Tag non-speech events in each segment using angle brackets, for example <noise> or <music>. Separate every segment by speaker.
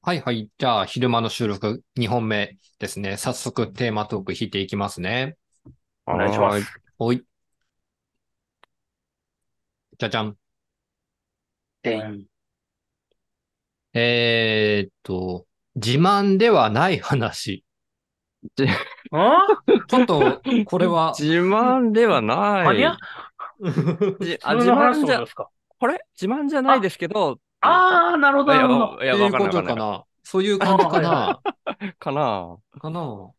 Speaker 1: はいはい。じゃあ、昼間の収録2本目ですね。早速テーマトーク引いていきますね。
Speaker 2: お願いします。
Speaker 1: おい。じゃじゃん。
Speaker 2: でん。
Speaker 1: えー、っと、自慢ではない話。
Speaker 2: あ
Speaker 1: ちょっと、これは、
Speaker 3: <laughs> 自慢では
Speaker 2: あ
Speaker 3: な
Speaker 2: りゃ
Speaker 3: い。じあ
Speaker 2: そ
Speaker 3: <laughs>
Speaker 2: んな
Speaker 3: 自
Speaker 2: 話
Speaker 3: 慢
Speaker 2: す
Speaker 3: じ
Speaker 2: るん
Speaker 3: ゃ
Speaker 2: で、すか
Speaker 3: これ自慢じゃないですけど、
Speaker 2: あー、なるほ
Speaker 3: い
Speaker 2: ど、な
Speaker 3: や、
Speaker 2: るほど。
Speaker 3: い
Speaker 1: っ
Speaker 3: や、
Speaker 1: ていう
Speaker 3: わかん
Speaker 1: こ
Speaker 3: ない
Speaker 1: と
Speaker 3: わか
Speaker 1: か
Speaker 3: んな
Speaker 1: な。そういう感じかな。
Speaker 3: い。かな
Speaker 1: かな。ほ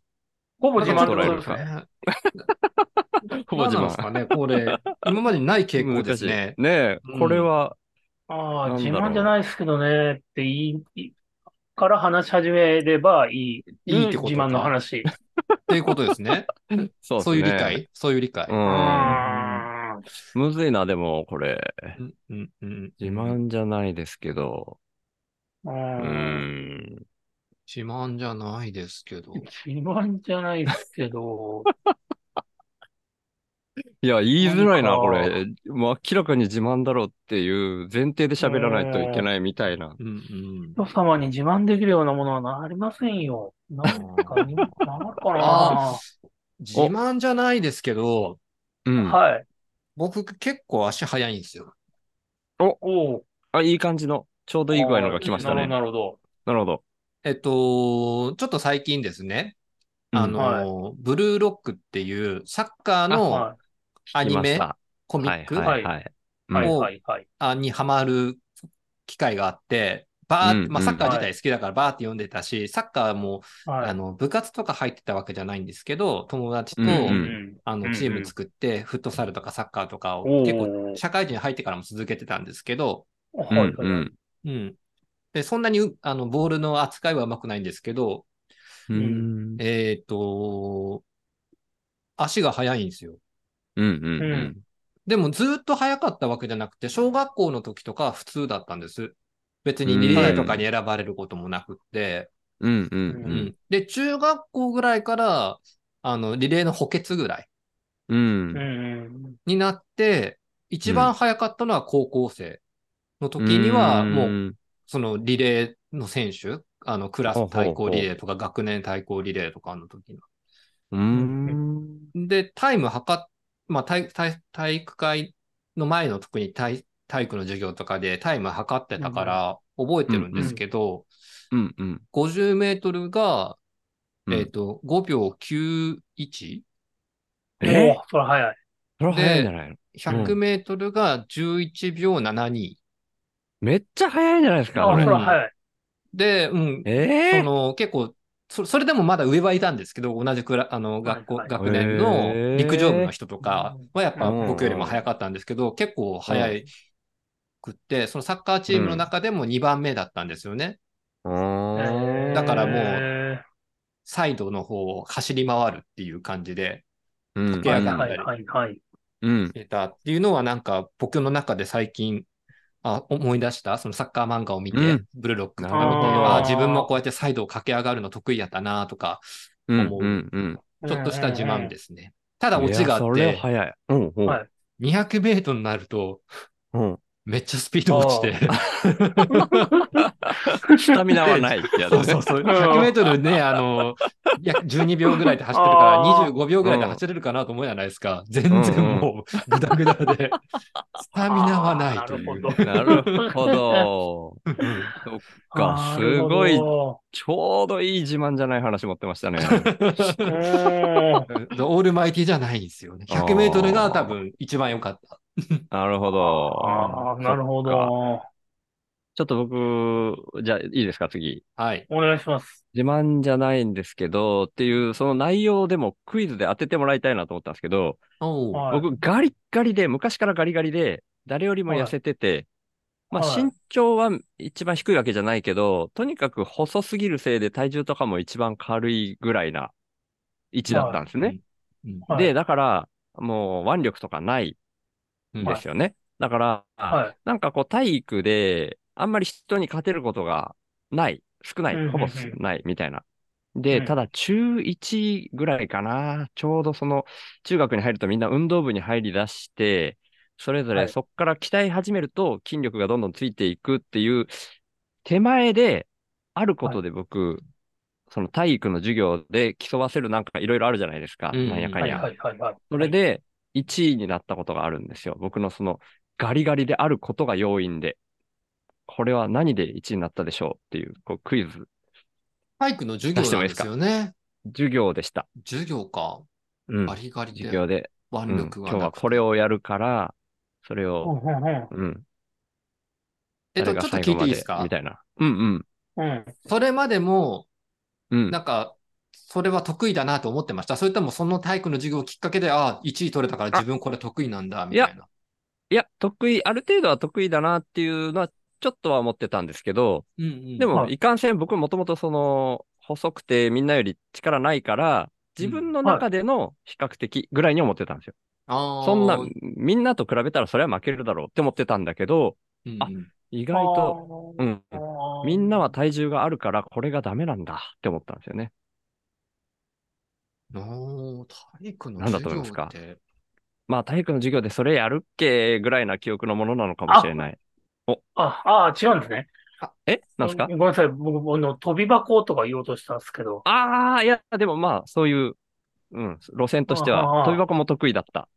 Speaker 2: ほぼ自慢って
Speaker 3: 捉
Speaker 2: こ
Speaker 3: え
Speaker 2: と
Speaker 3: る
Speaker 2: です
Speaker 3: か
Speaker 2: ね。
Speaker 3: ほぼ自慢
Speaker 1: なんですかね。これ、今までにない傾向
Speaker 3: 難
Speaker 1: で
Speaker 3: し
Speaker 1: す
Speaker 3: い。ね
Speaker 1: ね。
Speaker 3: え
Speaker 1: うん、
Speaker 3: これは、
Speaker 2: ああ、
Speaker 3: なんだ
Speaker 2: 自
Speaker 3: ろう
Speaker 2: 慢じゃないですけどねって言い、いから話し始めればいい、
Speaker 1: いいってこと
Speaker 2: 自
Speaker 1: か
Speaker 2: 慢の話。
Speaker 1: っていうことですね。
Speaker 3: そうですね
Speaker 1: そういう理解そういう理解。
Speaker 2: うー。
Speaker 3: うんん。むずいな、でも、これ。
Speaker 1: うんうんうん
Speaker 3: 自慢じゃないですけど。
Speaker 2: う
Speaker 3: うー
Speaker 2: ん。
Speaker 3: ん。
Speaker 1: 自慢じゃないですけど。
Speaker 2: 自慢じゃないですけど、
Speaker 3: いや、言いづらいな、
Speaker 2: なんか
Speaker 3: これ。もう明らかに自慢だろうっていう前提で喋らないといけないみたいな。
Speaker 1: うんうん。
Speaker 2: 人様に自慢できるようなものはありませんよ。なんか、なんか
Speaker 1: あ
Speaker 2: な
Speaker 1: 自慢じゃないですけど、
Speaker 3: うん。
Speaker 2: はい。
Speaker 1: 僕結構足早いんですよ。
Speaker 2: おう。
Speaker 3: あ、いい感じの、ちょうどいい具合のが来ましたね。
Speaker 2: なるほど、
Speaker 3: なるほど。
Speaker 1: えっと、ちょっと最近ですね、
Speaker 3: うん
Speaker 1: あの、ブルーロックっていうサッカー
Speaker 2: なるほど。
Speaker 1: の
Speaker 2: は
Speaker 1: アニ
Speaker 3: 来まし
Speaker 1: メ、
Speaker 3: た
Speaker 1: コミック、
Speaker 3: はい、はい、はい。
Speaker 2: い。はい、
Speaker 1: もう
Speaker 2: はい、はい。
Speaker 1: あにハマる機会があって、バーって
Speaker 3: うん
Speaker 1: まあ、
Speaker 3: うん
Speaker 1: サッカー自体好きだからバーって読んでたし、サッカーも、
Speaker 2: はい。
Speaker 1: あの部活とか入ってたわけじゃないんですけど、友達と、
Speaker 3: うん
Speaker 2: うん
Speaker 1: あ
Speaker 2: うんう
Speaker 1: の
Speaker 2: ん
Speaker 1: チーム作って、フットサルとかサッカーとかを
Speaker 2: おー
Speaker 1: 結構社会人入ってからも続けてたんですけど、
Speaker 2: は
Speaker 3: うん、
Speaker 2: いはい
Speaker 3: うん。
Speaker 1: うん、でそんなにうあのボールの扱いはうまくないんですけど、
Speaker 3: う
Speaker 2: うん
Speaker 3: ん。
Speaker 1: えっ、と、足が速いんですよ。
Speaker 3: うんうん
Speaker 2: う
Speaker 3: うん。
Speaker 1: でもずっと速かったわけじゃなくて、小学校の時とかは普通だったんです。別にリレーとかに選ばれることもなくって。
Speaker 3: うんう
Speaker 1: うんんで、中学校ぐらいから、あの、リレーの補欠ぐらい
Speaker 3: うん。うん
Speaker 2: うんうん
Speaker 1: になって、一番速かったのは高校生の時には、もう、そのリレーの選手、あの、クラス対抗リレーとか学年対抗リレーとかの時の
Speaker 3: うーん。
Speaker 1: で、タイム測っ、まあ体体、体育会の前の特に体体育の授業とかでタイム測ってたから覚えてるんですけど、
Speaker 3: うんうん。
Speaker 1: 50メートルが、
Speaker 3: うん
Speaker 1: えっ、と、5秒91、
Speaker 2: うん。
Speaker 3: え
Speaker 2: おーそれ早い。
Speaker 3: それは早いんじゃないの
Speaker 1: 100メートルが11秒72。
Speaker 3: めっちゃ早いんじゃないですか、
Speaker 2: あ
Speaker 3: こ
Speaker 2: そ
Speaker 3: れ
Speaker 2: れ。は早い。
Speaker 1: で、うん、
Speaker 3: え
Speaker 1: そ
Speaker 3: ー
Speaker 1: の結構そ、それでもまだ上はいたんですけど、同じくらあの学校、
Speaker 2: はい
Speaker 1: 学年の
Speaker 3: へー
Speaker 1: 陸上部の人とかはやっぱ
Speaker 3: うん
Speaker 1: 僕よりも早かったんですけど、結構早いくって、そのサッカーチームの中でも2番目だったんですよね。
Speaker 3: うーん
Speaker 1: だからもう
Speaker 2: え
Speaker 1: サイドの方を走り回るっていう感じで
Speaker 3: うん
Speaker 1: 駆
Speaker 2: ー
Speaker 1: け
Speaker 2: は
Speaker 1: 上
Speaker 2: い
Speaker 1: が
Speaker 2: はいはいはい。。
Speaker 3: うん。
Speaker 1: 出たっていうのはなんか僕の中で最近、あ思い出した、そのサッカー漫画を見て、
Speaker 3: うん
Speaker 1: ブルーロックとか
Speaker 3: な
Speaker 1: 見
Speaker 3: る
Speaker 1: て、
Speaker 3: ほど
Speaker 1: ああ、自分もこうやってサイドを駆け上がるの得意やったなとか、
Speaker 3: うん
Speaker 1: 思う
Speaker 3: うんうん。
Speaker 1: ちょっとした自慢ですすね。ただオチがあ
Speaker 3: いやそ
Speaker 1: っ
Speaker 3: れ
Speaker 1: て
Speaker 3: は、早い。うんうん
Speaker 2: はい
Speaker 1: 200メートルになると、
Speaker 3: うん。
Speaker 1: めっちゃスピード落ちて、
Speaker 3: スタミナはないって <laughs> やつ
Speaker 1: そ
Speaker 3: ね
Speaker 1: うそうそう、100メートルね、あの、いや12秒ぐらいで走ってるから、
Speaker 2: あー
Speaker 1: 25秒ぐらいで走れるかなと思うじゃないですか。全然もう、ぐだぐだで、スタミナはないとい
Speaker 2: あー
Speaker 1: う
Speaker 2: な。るほど
Speaker 3: なるほど。そっか、すごい、
Speaker 2: う
Speaker 3: ちょうどいい自慢じゃない話持ってました <laughs> ね。
Speaker 2: ーん。
Speaker 1: オールマイティじゃないんですよね。100メートルが多分一番良かった。
Speaker 3: なるほ
Speaker 2: あ
Speaker 3: ど
Speaker 2: あ、。なるほど
Speaker 3: そっか。。ちょっと僕、じゃあいいですか、次。
Speaker 1: はい。
Speaker 2: お願いします。
Speaker 3: 自慢じゃないんですけど、っていう、その内容でもクイズで当ててもらいたいなと思ったんですけど、
Speaker 1: おう
Speaker 2: はい
Speaker 3: 僕、ガリッガリで、昔からガリガリで、誰よりも痩せてて、まあ、
Speaker 2: はい
Speaker 3: 身長は一番低いわけじゃないけど、とにかく細すぎるせいで体重とかも一番軽いぐらいな位置だったんですね。
Speaker 2: はい
Speaker 3: で、、だから、もう腕力とかない
Speaker 1: うん
Speaker 3: んですよね。だから、
Speaker 2: はい。
Speaker 3: なんかこう体育で、あんまり人に勝てることがない、少な
Speaker 2: うんうんう
Speaker 3: い、
Speaker 2: ん
Speaker 3: ほぼ少ないみたいな。
Speaker 2: う
Speaker 3: で、
Speaker 2: ん
Speaker 3: ただ中1ぐらいかな、ちょうどその中学に入るとみんな運動部に入り出して、それぞ
Speaker 2: は
Speaker 3: れ
Speaker 2: い
Speaker 3: そっから鍛え始めると筋力がどんどんついていくっていう手前で、あることで僕、その体育の授業で競わせるなんかいろいろあるじゃないですか。
Speaker 1: うん
Speaker 3: なんやかん
Speaker 2: はい
Speaker 3: や。
Speaker 2: はいはいはい。
Speaker 3: それで1位になったことがあるんですよ。僕のそのガリガリであることが要因で、これは何で1位になったでしょうっていうこうクイズ、
Speaker 1: 体育の授業なんですよね。
Speaker 3: 授業でした。
Speaker 1: 授業か。
Speaker 3: うん
Speaker 1: バリガリ
Speaker 3: 授
Speaker 1: で
Speaker 3: 業で、う
Speaker 1: 腕
Speaker 3: ん
Speaker 1: 力
Speaker 3: 今
Speaker 1: は
Speaker 3: 日
Speaker 1: な
Speaker 3: は
Speaker 1: くて
Speaker 3: これをやるから、それ
Speaker 2: うん
Speaker 3: を、
Speaker 2: うん
Speaker 3: うん、
Speaker 1: えっと、ちょ
Speaker 3: 誰が
Speaker 1: っと
Speaker 3: 最
Speaker 1: 聞
Speaker 3: 後
Speaker 1: い
Speaker 3: ま
Speaker 1: ていい
Speaker 3: で
Speaker 1: ですか
Speaker 3: みたいな。うん
Speaker 2: うんうん
Speaker 1: それまでも、
Speaker 3: うん。うん
Speaker 1: なんか、それは得意だなと思ってました。それともその体育の授業をきっかけで、ああ、1位取れたから自分これ得意なんだ、みたいな。
Speaker 3: いや、得意、ある程度は得意だなっていうのは、ちょっとは思ってたんですけど、
Speaker 1: うんうん
Speaker 3: でも、
Speaker 2: はい
Speaker 3: いかんせん僕もともとその、細くてみんなより力ないから、自分の中での比較的ぐらいに思ってたんですよ。
Speaker 1: あー
Speaker 3: そんな、みんなと比べたらそれは負けるだろうって思ってたんだけど、
Speaker 1: うん
Speaker 3: あ
Speaker 1: うん
Speaker 3: 意外と、うん、
Speaker 2: あー
Speaker 3: みんなは体重があるからこれがダメなんだって思ったんですよね。
Speaker 1: おー体育の
Speaker 3: なんだと
Speaker 1: 授業
Speaker 3: 思いますか
Speaker 1: って、
Speaker 3: まあ体育の授業でそれやるっけぐらいな記憶のものなのかもしれない。
Speaker 2: あ、あー、違うんですね。
Speaker 3: えなんですか
Speaker 2: ごめんなさい。僕、あの、飛び箱とか言おうとしたんですけど。
Speaker 3: ああ、いや、でもまあそういう、うん、路線として
Speaker 2: あ
Speaker 3: は、
Speaker 2: あ
Speaker 3: 飛び箱も得意だった。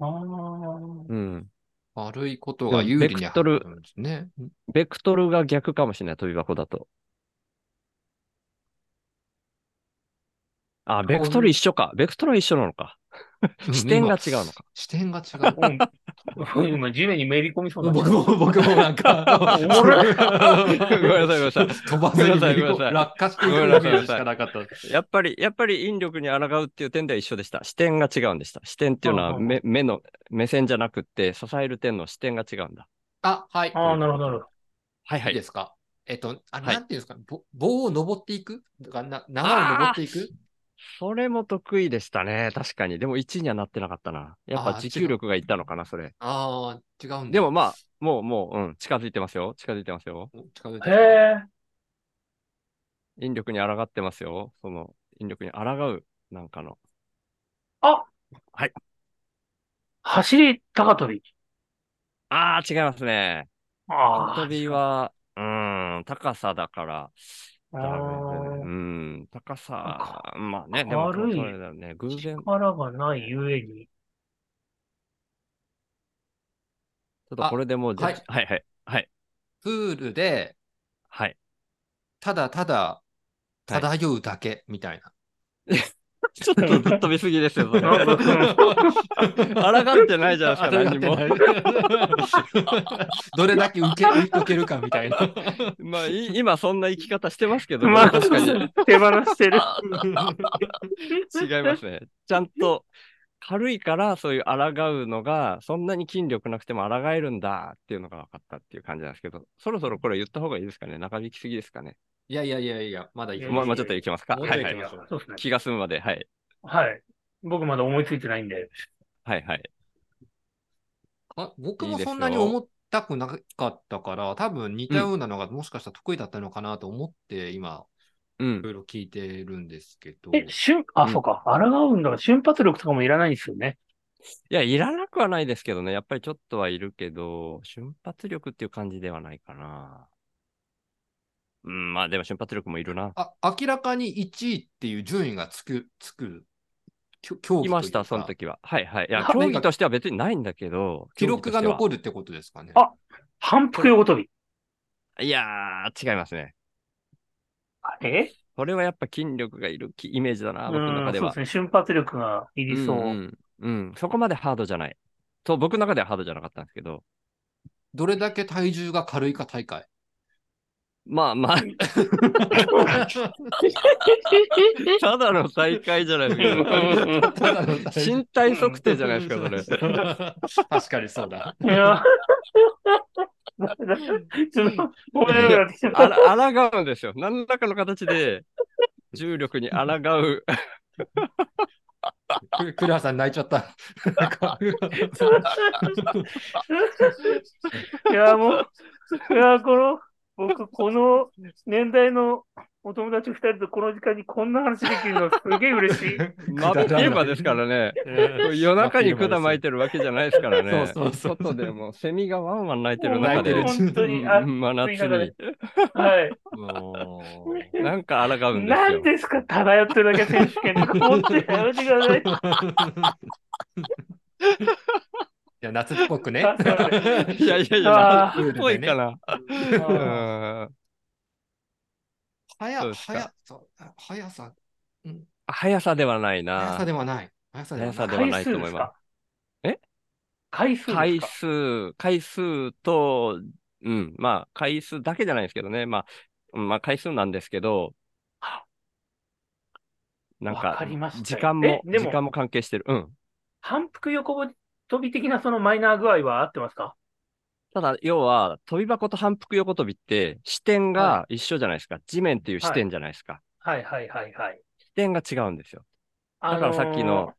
Speaker 2: ああ、
Speaker 3: うん。
Speaker 1: 悪いことが有利に働くんですね。うん
Speaker 3: ベクトルが逆かもしれない、飛び箱だと。あ、ベクトル一緒か。ベクトルは一緒なのか。視点が違うのか。
Speaker 1: 視点が違
Speaker 3: <laughs>
Speaker 1: う。
Speaker 2: うん。今、地面にめり込みそうになっ
Speaker 1: 僕
Speaker 2: た
Speaker 1: も、僕もなんか、
Speaker 2: おもろい
Speaker 3: ごめんなさいごめんなさい
Speaker 1: <laughs> 飛ばずに
Speaker 3: ごめんなさい
Speaker 1: 落下していくイメージしかなかった。
Speaker 3: やっぱり、やっぱり引力に抗うっていう点では一緒でした。視点が違うんでした。視点っていうの
Speaker 2: うん
Speaker 3: は
Speaker 2: うんうん
Speaker 3: 目、目の、目線じゃなくって、支える点の視点が違うんだ。
Speaker 1: あ、はい。
Speaker 2: ああ、なるほど、なるほど。
Speaker 3: はいはい
Speaker 1: いで
Speaker 3: い。
Speaker 1: すか。えっと、あ
Speaker 3: はい
Speaker 1: なんていうんですか、ぼ棒を登っていくだからな縄を登っていく
Speaker 3: それも得意でしたね。確かに。でも1位にはなってなかったな。やっ
Speaker 1: あ
Speaker 3: ぱ
Speaker 1: ー
Speaker 3: 持久力がいったのかな、それ。
Speaker 1: ああー、違うんだ
Speaker 3: でも、まあ、もう、もう、うん、近づいてますよ。近づいてますよ。
Speaker 1: お近づいてきた
Speaker 2: へえ。
Speaker 3: 引力に抗ってますよ。その、引力に抗う、なんかの。
Speaker 2: 走り高跳び。
Speaker 3: ああ、違いますね。
Speaker 2: ああ。
Speaker 3: 飛びは、うーん、高さだから、ダメですね。うん、高さ、まあね、でも、そ
Speaker 2: 軽い
Speaker 3: れだね、偶然、ちょっ
Speaker 2: 力がないゆえに。
Speaker 3: とこれでもう、じゃ
Speaker 1: はい
Speaker 3: はい、はい、はい、
Speaker 1: プールで、
Speaker 3: はい。
Speaker 1: ただただ漂うだけみたいな。
Speaker 3: ちょっとぶっ飛びすぎですよ、それ。
Speaker 2: <laughs> なん
Speaker 3: 抗
Speaker 2: か
Speaker 3: ってないじゃないですか、何
Speaker 1: 漂
Speaker 3: も
Speaker 1: って。ないどれだけ受け受けるかみたいな。
Speaker 3: <laughs> まあ、い今、そんな生き方してますけど、
Speaker 2: まあ、
Speaker 3: 確かに。
Speaker 2: 手放してる。
Speaker 3: 違いますね。ちゃんと軽いからそういう抗うのがそんなに筋力なくても抗えるんだっていうのが分かったっていう感じなんですけど、そろそろこれ言った方がいいですかね長引きすぎですかね
Speaker 1: いやいやいやいや、まだいけ
Speaker 3: も
Speaker 1: ま
Speaker 3: う
Speaker 1: す
Speaker 3: もうちょっといきますか
Speaker 1: もう
Speaker 3: は
Speaker 1: ちょっ
Speaker 3: い
Speaker 1: と行き
Speaker 3: はい
Speaker 1: ましょう
Speaker 2: そうですね。
Speaker 3: 気が済むまで。はい。
Speaker 2: はい。僕まだ思いついてないんで。
Speaker 3: はいはい。
Speaker 1: あ僕もそんなに思ったくなかったから、多分似たようなのがもしかしたら得意だったのかなと思って、今、
Speaker 3: う
Speaker 1: い
Speaker 3: ん。
Speaker 1: ろいろ聞いてるんですけど。
Speaker 2: え、瞬、あ、
Speaker 3: うん
Speaker 2: そうか。抗うんだから瞬発力とかもいらないんですよね。
Speaker 3: いや、いらなくはないですけどね。やっぱりちょっとはいるけど、瞬発力っていう感じではないかな。うん、まあでも瞬発力もいるな。
Speaker 1: あ明らかに1位っていう順位がつく、つく、きょ競技と
Speaker 3: い
Speaker 1: いうか
Speaker 3: ました、その時は。はいはい。いや、
Speaker 1: あ
Speaker 3: 競技としては別にないんだけど、
Speaker 1: 記録が残
Speaker 3: る。
Speaker 1: るってことですかね。
Speaker 2: あ反復横跳び。
Speaker 3: いやー、違いますね。
Speaker 2: あれ
Speaker 3: これはやっぱ筋力がいるきイメージだな、僕の中で
Speaker 2: そうで
Speaker 3: は
Speaker 2: す。ね。瞬発力がいりそう
Speaker 3: ん
Speaker 2: <laughs> う。
Speaker 3: うんうんそこまでハードじゃない。と、僕の中ではハードじゃなかったんですけど、
Speaker 1: どれだけ体重が軽いか大
Speaker 3: <laughs>
Speaker 1: 会。
Speaker 3: まあまあ、 <laughs> ただの大会じゃないですか。身体測定じゃないですか、それ。
Speaker 1: それ。 <laughs> 確かにそうだ。
Speaker 2: いや。ちょっと、ごめんなさい。私
Speaker 3: あら、抗うんですよ。何らかの形で、重力に抗う。
Speaker 1: くクラさん泣いちゃった。
Speaker 2: いや、もう、いや、この、僕、この年代のお友達二人とこの時間にこんな話できるのすげえ嬉しい。
Speaker 3: 真昼間ですからね。これ <laughs> 夜中に管
Speaker 1: <laughs>
Speaker 3: 巻いてるわけじゃないですからね。
Speaker 1: そうそうそう
Speaker 3: 外でもうセミがワンワン鳴いてる中で、
Speaker 1: もう鳴いて
Speaker 2: 本当
Speaker 3: う
Speaker 2: に
Speaker 3: ん
Speaker 2: あ
Speaker 3: うん真夏に。
Speaker 2: はい。
Speaker 1: もう
Speaker 3: なんか抗うんですよ。
Speaker 2: 何ですか、漂ってるだけ選手権とか、本当にやめてください。
Speaker 1: じゃあ夏っぽくね。
Speaker 2: あそうだ
Speaker 3: <laughs> いやいやいや、
Speaker 2: あ
Speaker 1: ー
Speaker 3: 夏っぽいかな。
Speaker 2: あ
Speaker 3: うん
Speaker 1: は
Speaker 3: そう
Speaker 1: や、
Speaker 3: ですか
Speaker 1: はや、そう速さ、
Speaker 3: 速さではない
Speaker 1: 速さ
Speaker 3: な。
Speaker 1: ではない。速さでは
Speaker 3: 速
Speaker 1: な
Speaker 3: さ
Speaker 1: い。
Speaker 3: で
Speaker 2: ー
Speaker 3: はないと思いま
Speaker 2: 回数
Speaker 3: す。
Speaker 2: ですか
Speaker 3: 回数、回数と、うん、まあ、回数だけじゃないですけどね。まあ、うんまあ、回数なんですけど、なん
Speaker 2: わ
Speaker 3: か
Speaker 2: かりましたよ
Speaker 3: 時間も、
Speaker 2: えで
Speaker 3: 時
Speaker 2: も
Speaker 3: 間も関係してる。うん。
Speaker 2: 反復横跳び的なそのマイナー具合は合ってますか
Speaker 3: ただ、要は、飛び箱と反復横跳びって、視点が一緒じゃないですか。地面っていう視点じゃないですか。
Speaker 2: はいはいはいはい。
Speaker 3: 視点が違うんですよ。
Speaker 2: あのー
Speaker 3: だからさっきの。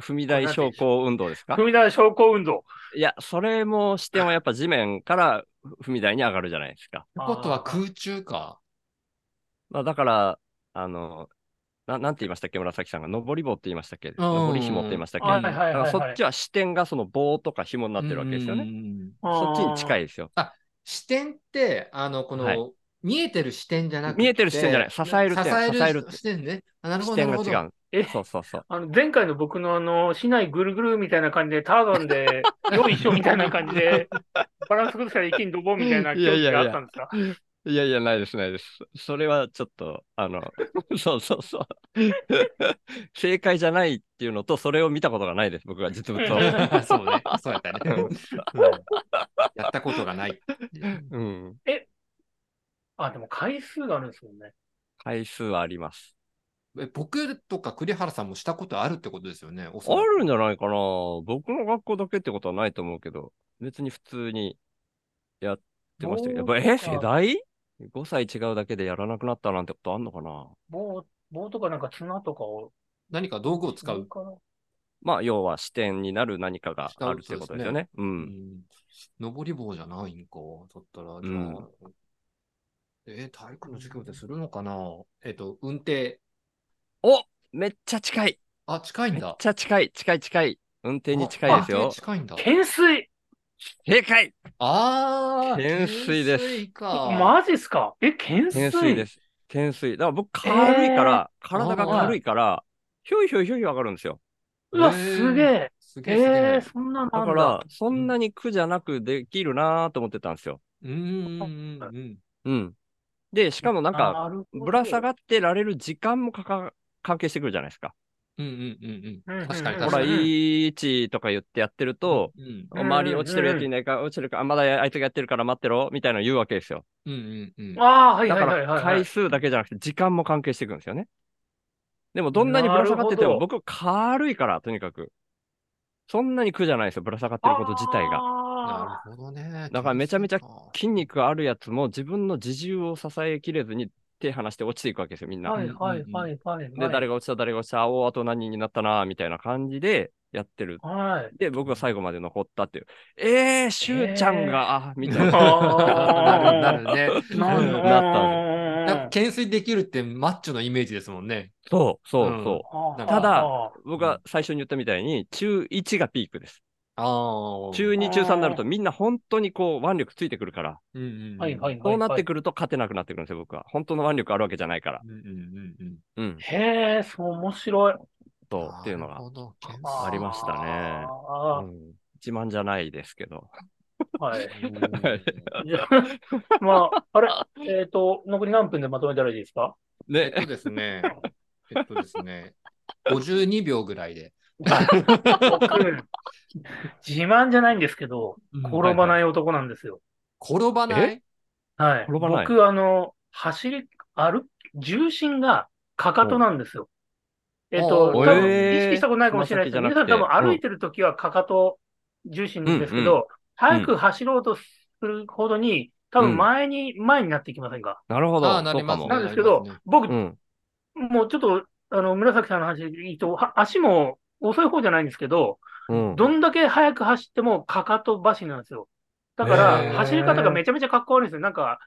Speaker 3: 踏み台昇降運動ですか
Speaker 2: 踏み台昇降運動。
Speaker 3: いや、それも視点はやっぱ地面から踏み台に上がるじゃないですか。
Speaker 1: ってことは空中か。
Speaker 3: まあ、だから、あの、ななんて言いましたっけ、紫さんが、登り棒って言いましたっけ、登り紐って言いましたっけ、
Speaker 2: はいはいはい
Speaker 3: だから
Speaker 2: はい。
Speaker 3: そっちは視点がその棒とか紐になってるわけですよ
Speaker 1: う
Speaker 3: ね。
Speaker 1: ん
Speaker 3: そっちに近
Speaker 2: い。
Speaker 3: いですよ。
Speaker 1: 視点って、あの、この、
Speaker 3: はい
Speaker 1: 見えてる視点じゃなくて。
Speaker 3: 見えてる視点じゃない支える点
Speaker 1: 支
Speaker 3: 支
Speaker 1: え
Speaker 3: え
Speaker 1: る
Speaker 3: る
Speaker 1: 視点ね。あなるほ
Speaker 3: 視
Speaker 1: ど。な
Speaker 3: 点
Speaker 1: る
Speaker 3: が
Speaker 1: ほど
Speaker 3: 違う。
Speaker 2: え
Speaker 3: そうそうそう。
Speaker 2: あの前回の僕のあの、市内ぐるぐるみたいな感じで、ターザンで、よいしょみたいな感じで、バランス崩したら一気にドボンみたいな競技があったんですか
Speaker 3: <laughs> いやいや、ないです、ないです。それはちょっと、あの、 <laughs> そうそうそう。 <laughs> 正解じゃないっていうのと、それを見たことがないです、僕は実物を。
Speaker 1: <laughs> そう
Speaker 3: <laughs>
Speaker 1: ね。そうやったね。 <laughs>
Speaker 3: うん <laughs>
Speaker 1: うんやったことがない。
Speaker 3: うん。
Speaker 2: あ、でも回数があるんですもんね。
Speaker 3: 回数はあります。
Speaker 1: え僕とか栗原さんもしたことあるってことですよね。おそ
Speaker 3: あ
Speaker 1: らく
Speaker 3: るんじゃないかな僕の学校だけってことはないと思うけど、別に普通にやってましたけど、やっぱえー、
Speaker 2: そう
Speaker 3: 世代 ?5 歳違うだけでやらなくなったなんてことあんのかな
Speaker 2: 棒、棒とかなんか綱とかを
Speaker 1: 何か道具を使う。
Speaker 2: から
Speaker 3: まあ、要は視点になる何かが
Speaker 1: 使う
Speaker 3: あるってことですよね。う。
Speaker 1: うんん。登り棒じゃないんか。だったら、じゃあ、
Speaker 3: うん
Speaker 1: えー体育の授業でするのかなえっ、と、運転。
Speaker 3: おめっちゃ近い
Speaker 1: あ、近いん
Speaker 3: めっ
Speaker 1: だ。
Speaker 3: ちゃ近い近い近い運転に近いです
Speaker 1: あ運
Speaker 3: よ
Speaker 1: 転。近いんだ。
Speaker 2: 懸垂
Speaker 3: 正解
Speaker 1: あー。
Speaker 3: 懸垂です
Speaker 1: 懸垂か。
Speaker 2: マジっすかえ、懸
Speaker 3: 懸
Speaker 2: 垂
Speaker 3: 垂です。懸垂。だから僕、軽いから、体が軽いから、ひょいひょいひょい上がるんですよ。
Speaker 2: うわ、
Speaker 1: へー
Speaker 2: すげえ。
Speaker 1: すげえすげ
Speaker 2: え
Speaker 1: え
Speaker 2: ー、。そんなのあ
Speaker 3: だ
Speaker 2: んだ
Speaker 3: から、そんなに苦じゃなくできるなーと思ってたんですよ。
Speaker 1: うーんうんうん。
Speaker 3: うん。で、しかもなんか、
Speaker 2: あなるほど
Speaker 3: ぶら下がってられる時間もかか関係してくるじゃないですか。
Speaker 1: うんうんうん
Speaker 2: う
Speaker 1: う。
Speaker 2: んうんん
Speaker 1: 確かに
Speaker 3: ほ
Speaker 1: 確
Speaker 3: ら、
Speaker 1: かに。
Speaker 3: いい位置とか言ってやってると、
Speaker 1: うん
Speaker 2: ん
Speaker 3: 周りに落ちてるやついないか、落ちてるか、あまだあいつがやってるから待ってろ、みたいなの言うわけですよ。
Speaker 1: うんうんうん。
Speaker 2: ああ、はい
Speaker 3: だ
Speaker 2: はい
Speaker 3: か
Speaker 2: はいは
Speaker 3: ら、
Speaker 2: いはい
Speaker 3: 回。数だけじゃなくて、時間も関係してくるんですよね。でも、どんなにぶら下がってて
Speaker 2: なる
Speaker 3: も、
Speaker 2: ほ
Speaker 3: 僕、軽いから、とにかく。そんなに苦じゃないですよ、ぶら下がってること自体が。
Speaker 1: な
Speaker 2: あ
Speaker 1: るほどね。
Speaker 3: だからめちゃめちゃ
Speaker 1: 懸垂か
Speaker 3: 筋肉あるやつも、自分の自重を支えきれずに、手離して落ちていくわけですよ、みん
Speaker 2: ー
Speaker 3: な。
Speaker 2: はいはいはいはいはい。
Speaker 3: で、誰が落ちた、誰が落ちた、おーあと何人になったな、みたいな感じでやってる。
Speaker 2: はい。
Speaker 3: で、僕が最後まで残ったっていう。えー、しゅうちゃんが、あみたいな。
Speaker 2: あー
Speaker 1: なるなるね。
Speaker 2: な
Speaker 3: る
Speaker 1: うん
Speaker 3: ほど
Speaker 2: んだ
Speaker 3: な
Speaker 1: なんか懸垂できるってマッチョのイメージですもんね。
Speaker 3: <laughs> そう、そうう、
Speaker 1: ん
Speaker 3: そ
Speaker 2: あー
Speaker 3: ただ
Speaker 2: あ
Speaker 3: う。僕が最初に言ったみたいに、中1がピークです。
Speaker 1: ああ。
Speaker 3: 中2、中3になるとみんな本当にこう腕力ついてくるから、
Speaker 1: うんうんうん
Speaker 2: ーはいはいはい。
Speaker 3: そうなってくると勝てなくなってくるんですよ、僕は。本当の腕力あるわけじゃないから
Speaker 1: う。んうんうんうん。
Speaker 3: うん、
Speaker 2: へえ、そう、面白い。
Speaker 3: と、っていうの
Speaker 1: な
Speaker 3: が
Speaker 1: る。ほど懸垂
Speaker 3: ありましたねう
Speaker 2: あ
Speaker 3: ん、自慢じゃないですけど。
Speaker 2: ーはい。 <laughs>
Speaker 3: はい
Speaker 2: じゃあまあ、あれ、えっと、残り何分でまとめたらいいですか
Speaker 1: え
Speaker 3: ね
Speaker 1: っとですね。えっとですね。52秒ぐらいで。
Speaker 2: 僕 <laughs> 自慢じゃないんですけど、転ばない男なんですよ。
Speaker 1: 転ばない
Speaker 2: はい。
Speaker 3: 転ばない
Speaker 2: 僕、あの、走り、歩き、重心がかかとなんですよ。えっと、
Speaker 1: お
Speaker 2: 多
Speaker 1: う
Speaker 2: 分
Speaker 3: へー
Speaker 2: 意識したことないかもしれないですけど、
Speaker 3: つま
Speaker 2: 皆
Speaker 3: 先
Speaker 2: さ
Speaker 3: じ
Speaker 2: ん
Speaker 3: ゃな
Speaker 2: 多
Speaker 3: くて
Speaker 2: 分歩いてる時はかかと重心ですけ
Speaker 3: うんうん
Speaker 2: ど、早く走ろうとするほどに、多分前に、前になっていきませんか。
Speaker 3: なるほ
Speaker 1: あ
Speaker 3: ど。
Speaker 1: ーな
Speaker 3: そ
Speaker 1: り
Speaker 3: うか
Speaker 1: ますん。
Speaker 3: も
Speaker 2: なんですけど
Speaker 1: なりますね、
Speaker 2: 僕、
Speaker 3: うん。
Speaker 2: もうちょっと、あの、紫さんの話でいいと、は足も遅い方じゃないんですけど、
Speaker 3: うん。
Speaker 2: どんだけ早く走ってもかかと走りなんですよ。だから、
Speaker 1: へー
Speaker 2: 走り方がめちゃめちゃかっこ悪いんですよ。なんか、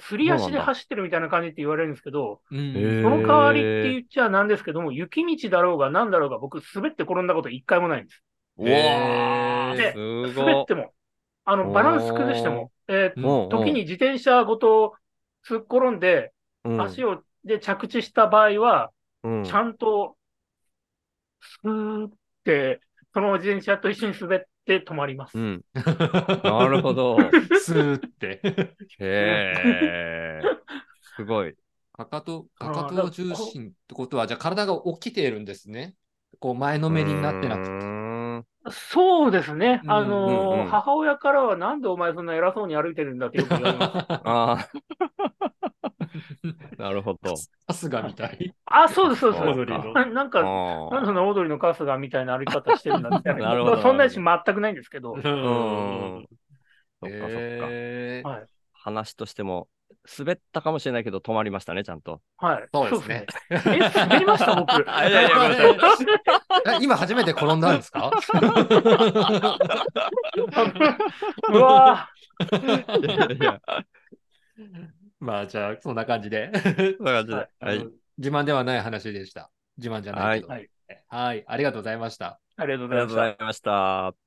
Speaker 2: すり足で走ってるみたいな感じって言われるんですけど、
Speaker 1: うん
Speaker 3: へー
Speaker 2: その代わりって言っちゃなんですけども、雪道だろうが何だろうが、僕、滑って転んだこと一回もないんです。
Speaker 3: う
Speaker 1: へ
Speaker 3: わ
Speaker 1: ー
Speaker 2: で、
Speaker 3: ーす
Speaker 2: 滑
Speaker 3: ご
Speaker 2: っ
Speaker 3: い
Speaker 2: ても、あの、バランス崩しても、えー
Speaker 3: うんうん
Speaker 2: 時に自転車ごと突っ転んで、
Speaker 3: うん
Speaker 2: 足を、で着地した場合は、
Speaker 3: うん
Speaker 2: ちゃんと、スーって、その自転車と一緒に滑って止まります。
Speaker 3: うんなる <laughs> ほ。ど。
Speaker 1: スーって。
Speaker 3: へえ。すごい。
Speaker 1: かかと、
Speaker 2: あ
Speaker 1: か
Speaker 2: ー
Speaker 1: かと重心ってことは、じゃあ体が起きているんですね。こう前のめりになってなくて。
Speaker 3: く
Speaker 2: そうですね。
Speaker 1: うん
Speaker 2: あのー
Speaker 3: うんうん
Speaker 2: 母親からは、なんでお前そんな偉そうに歩いてるんだってよく言わ
Speaker 1: <laughs>
Speaker 2: れます。
Speaker 3: ああ。なる
Speaker 1: <laughs>
Speaker 3: ほど。
Speaker 1: 春日みたい。
Speaker 2: あ、そうです、そうです。
Speaker 3: オ
Speaker 1: ードリーの
Speaker 2: ななんか、
Speaker 3: あ
Speaker 2: な
Speaker 3: ー
Speaker 2: んでそんなオードリーの春日みたいな歩き方してるんだみたい
Speaker 3: なる
Speaker 1: <laughs>
Speaker 3: ほど
Speaker 2: そんな意思全くないんですけど。
Speaker 1: う
Speaker 3: うん。そっかそっか。
Speaker 1: えー
Speaker 2: はい。
Speaker 3: 話としても、滑ったかもしれないけど、止まりましたね、ちゃんと。
Speaker 2: はい。
Speaker 1: そうですね。
Speaker 2: そうですね。え、滑りました、僕。い
Speaker 1: <laughs>
Speaker 3: いやいやごめんなさい
Speaker 1: え今初めて転んだんですか
Speaker 2: <laughs> うわ
Speaker 3: いやいや、
Speaker 1: まあじゃあ、そんな感じで。
Speaker 3: そんな感じで。
Speaker 1: あの
Speaker 3: はい。
Speaker 1: 自慢ではない話でした。自慢じゃないけど。
Speaker 2: はい
Speaker 1: はい、ありがとうございました。
Speaker 2: ーありがとうご
Speaker 3: あり
Speaker 2: ざい
Speaker 3: がと
Speaker 2: ま
Speaker 3: う
Speaker 2: し
Speaker 3: ご
Speaker 2: た
Speaker 3: ざ。いました。